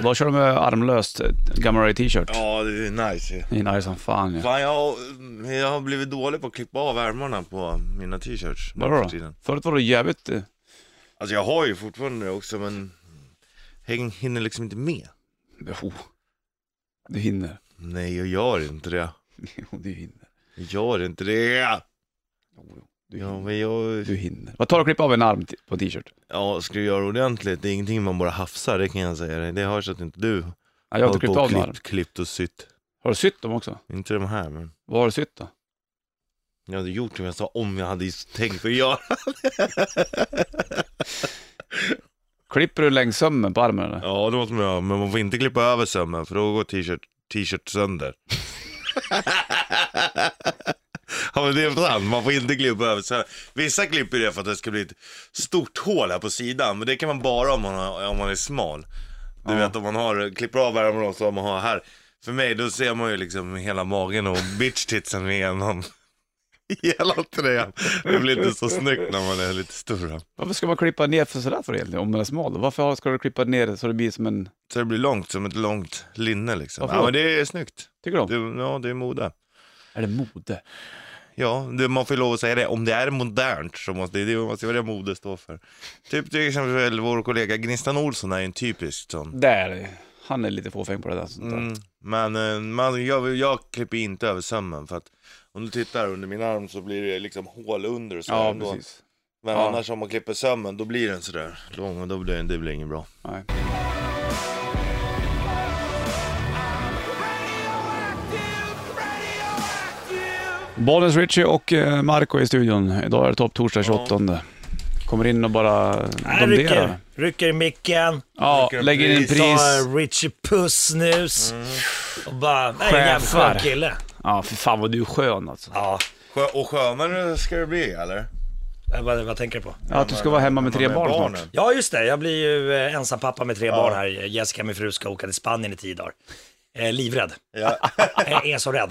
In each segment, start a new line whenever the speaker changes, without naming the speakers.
Då kör de med armlöst Gamma Ray t-shirt.
Ja, det är nice ju.
Det är nice som fan ju.
Fan, jag har, jag har blivit dålig på att klippa av ärmarna på mina t-shirts. nu
Vadå
för
då?
tiden.
Förut var det jävligt... eh,
Alltså jag har ju fortfarande det också, men jag hinner liksom inte med.
Jo. Du hinner.
Nej, jag gör inte det.
Jo, du hinner.
Jag gör inte det.
Jo, jo, Du
Ja,
hinner.
men jag...
Du hinner. Vad tar du att klippa av en arm t- på en t-shirt?
Ja, ska du göra ordentligt, det är ingenting man bara hafsar, det kan jag säga dig. Det hörs att inte du
Nej, jag har inte klippt av en arm.
klippt, klippt och sytt.
Har du sytt dem också?
Inte de här, men
Vad har du sytt då?
jag hade gjort som jag sa om jag hade tänkt att göra.
Klipper du längs sömmen på armen eller?
Ja, det måste man göra, men man får inte klippa över sömmen för då går t-shirt, t-shirt sönder. ja, men det är sant, man får inte klippa över sömmen. Vissa klipper det för att det ska bli ett stort hål här på sidan, men det kan man bara om man, har, om man är smal. Du vet om man har, klipper av ärmarna och så om man har här. För mig då ser man ju liksom hela magen och bitch-titsen igenom. Hela trän. Det blir inte så snyggt när man är lite större.
Varför ska man klippa ner för sådär för egentligen? Om man är smal? Varför har- ska du klippa ner så det blir som en...
Så det blir långt, som ett långt linne liksom.
Varför
Ja
då?
men det är snyggt.
Tycker du om?
Det, ja, det är mode.
Är det mode?
Ja, det, man får ju lov att säga det. Om det är modernt så måste det, det måste ju vara det mode står för. Typ till exempel vår kollega Gnistan Olsson är ju en typisk
Mm.
sån.
Där. Han är lite fåfäng på det där. Sånt där.
Mm, men eh, man, jag, jag klipper inte över sömmen för att om du tittar under min arm så blir det liksom hål under och så här
Ja,
ändå.
precis.
Men
Ja.
annars om man klipper sömmen då blir den sådär lång och då blir det, det blir inget bra.
Nej. Bollens Richie och eh, Marco i studion. Idag är det topp torsdag 28. Kommer in och bara
Nej, rycker,
domderar.
rycker i micken,
Ja, lägger in en pris. Mm.
tar Richie Puss-snus och bara, nej, en jävligt
Chefar.
skön kille.
Ja, för fan vad du är skön alltså.
Ja,
Sjö, och sjöman ska det bli eller?
jag bara, vad tänker du på?
Ja, att du ska vara hemma med tre
Med
barn
barnen.
snart.
Ja, just det. Jag blir ju eh, ensam pappa med tre barn här. Jessica, min fru, ska åka till Spanien i tio dagar. Eh, livrädd.
Ja.
Jag är så rädd.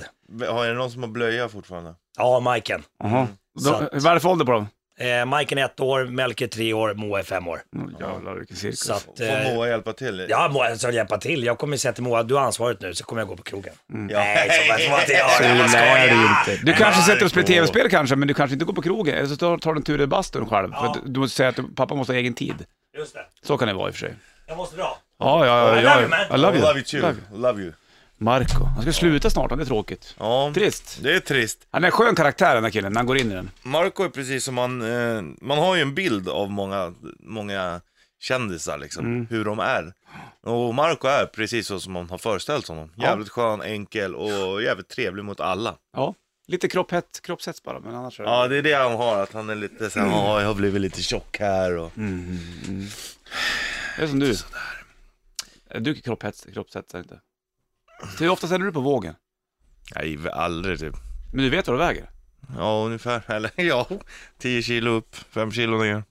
Har är det någon som har blöja fortfarande?
Ja, Majken.
Jaha.
Mm. Så
Då-
att-
Vad är det för ålder på dem?
Eh, Majken är ett år, Melker är tre år, Moa är fem år.
Oh, jävlar vilken cirkus.
Så att,
Får
eh,
Moa hjälpa till?
ja, Moa, så hjälpa till. Jag kommer ju säga till Moa, du har ansvaret nu, så kommer jag gå på krogen.
Mm. Ja.
Nej, så får man inte göra.
Nej,
Jag
det är det ju
skojar.
inte. Du kanske sätter dig och spelar
Marco.
tv-spel kanske, men du kanske inte går på krogen. Eller så tar tar du en tur i bastun själv. För att du måste säga att pappa måste ha egen tid.
Just det.
Så kan det vara i och för sig.
Jag måste dra.
Ja, ja, ja.
I
ja,
love you, man.
I love you.
Oh, Love you too. Love you.
Marco. Han ska sluta snart, han är tråkigt.
Ja,
Trist.
det är trist.
Han är en skön karaktär den här killen, när han går in i den.
Marco är precis som man, eh, man har ju en bild av många, många kändisar liksom, hur de är. Och Marco är precis så som man har föreställt honom.
Ja.
Jävligt skön, enkel och jävligt trevlig mot alla.
Ja. Lite kroppshets, kroppshets bara, men annars är det...
Ja, det är det han har, att han är lite såhär, ja, jag har blivit lite tjock här och...
Det är som du. Är Du kropphets, kroppshetsar inte. Så Hur ofta sänder du på vågen?
Nej, aldrig typ.
Men du vet vad du väger?
Ja, ungefär. Eller ja, 10 kilo upp, 5 kilo ner.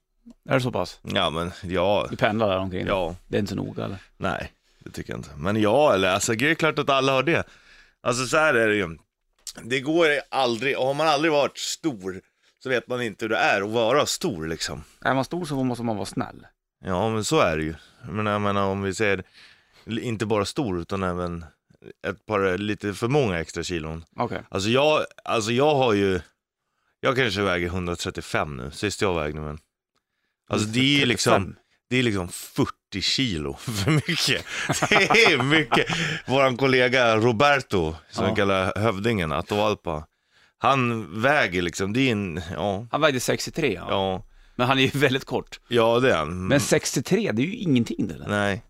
Är det så pass?
Ja, men ja,
Du pendlar där omkring?
ja.
Det är inte så noga eller?
Nej, det tycker jag inte. Men ja, eller alltså det är klart att alla har det. Alltså så här är det ju. Det går aldrig, och har man aldrig varit stor så vet man inte hur det är att vara stor liksom.
Är man stor så måste man vara snäll.
Ja, men så är det ju. Men jag menar om vi säger, inte bara stor utan även ett par, lite för många extra kilon.
Okej.
Alltså jag, alltså jag har ju, jag kanske väger 135 nu, sist jag vägde men. Alltså det är ju liksom,
135.
det är liksom 40 kilo för mycket. Det är mycket. Våran kollega Roberto, som
Ja.
vi kallar hövdingen, Atahualpa, han väger liksom, det är en, ja,
Han vägde 63 ja.
ja,
Men han är ju väldigt kort.
ja det är han. Mm,
Men 63, det är ju ingenting det där.
Nej.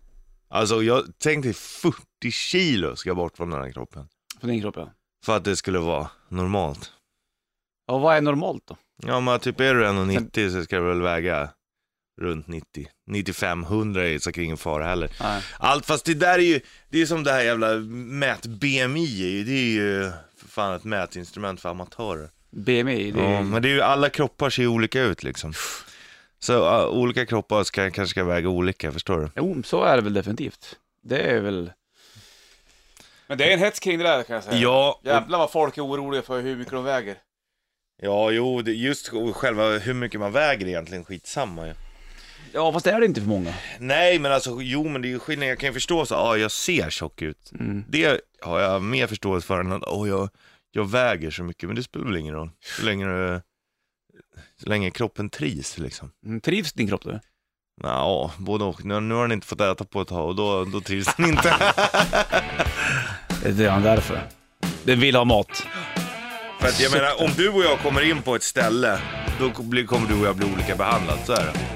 Alltså jag tänkte 40 kilo ska bort från den här kroppen.
På din kropp ja.
För att det skulle vara normalt.
Ja, vad är normalt då?
Ja men typ är du 1,90 så ska du väl väga runt 90. 95, 100 är så kring ingen fara heller.
Nej.
Allt fast det där är ju, det är ju som det här jävla mät BMI är ju, det är ju för fan ett mätinstrument för amatörer.
BMI, det är
Ja, men det är ju, alla kroppar ser ju olika ut liksom. Så ja, olika kroppar ska, kanske ska väga olika, förstår du?
Jo, så är det väl definitivt. Det är väl... Men det är en hets kring det där kan jag säga.
Ja, och,
Jävlar vad folk är oroliga för hur mycket de väger.
ja jo, det, just själva hur mycket man väger är egentligen skitsamma ju.
Ja, fast det är det inte för många.
Nej, men alltså, jo men det är ju skillnad. Jag kan ju förstå så, ja jag ser tjock ut. Det har jag mer förståelse för än att, åh jag, jag väger så mycket. Men det spelar väl ingen roll. Så länge, du- så länge kroppen trivs liksom.
Mm, trivs din kropp då?
Ja, både och. Nu, nu har den inte fått äta på ett tag och då, då trivs den inte.
Det är därför. Den vill ha mat.
För att jag menar, om du och jag kommer in på ett ställe, då blir- kommer du och jag bli olika behandlad. Så är det.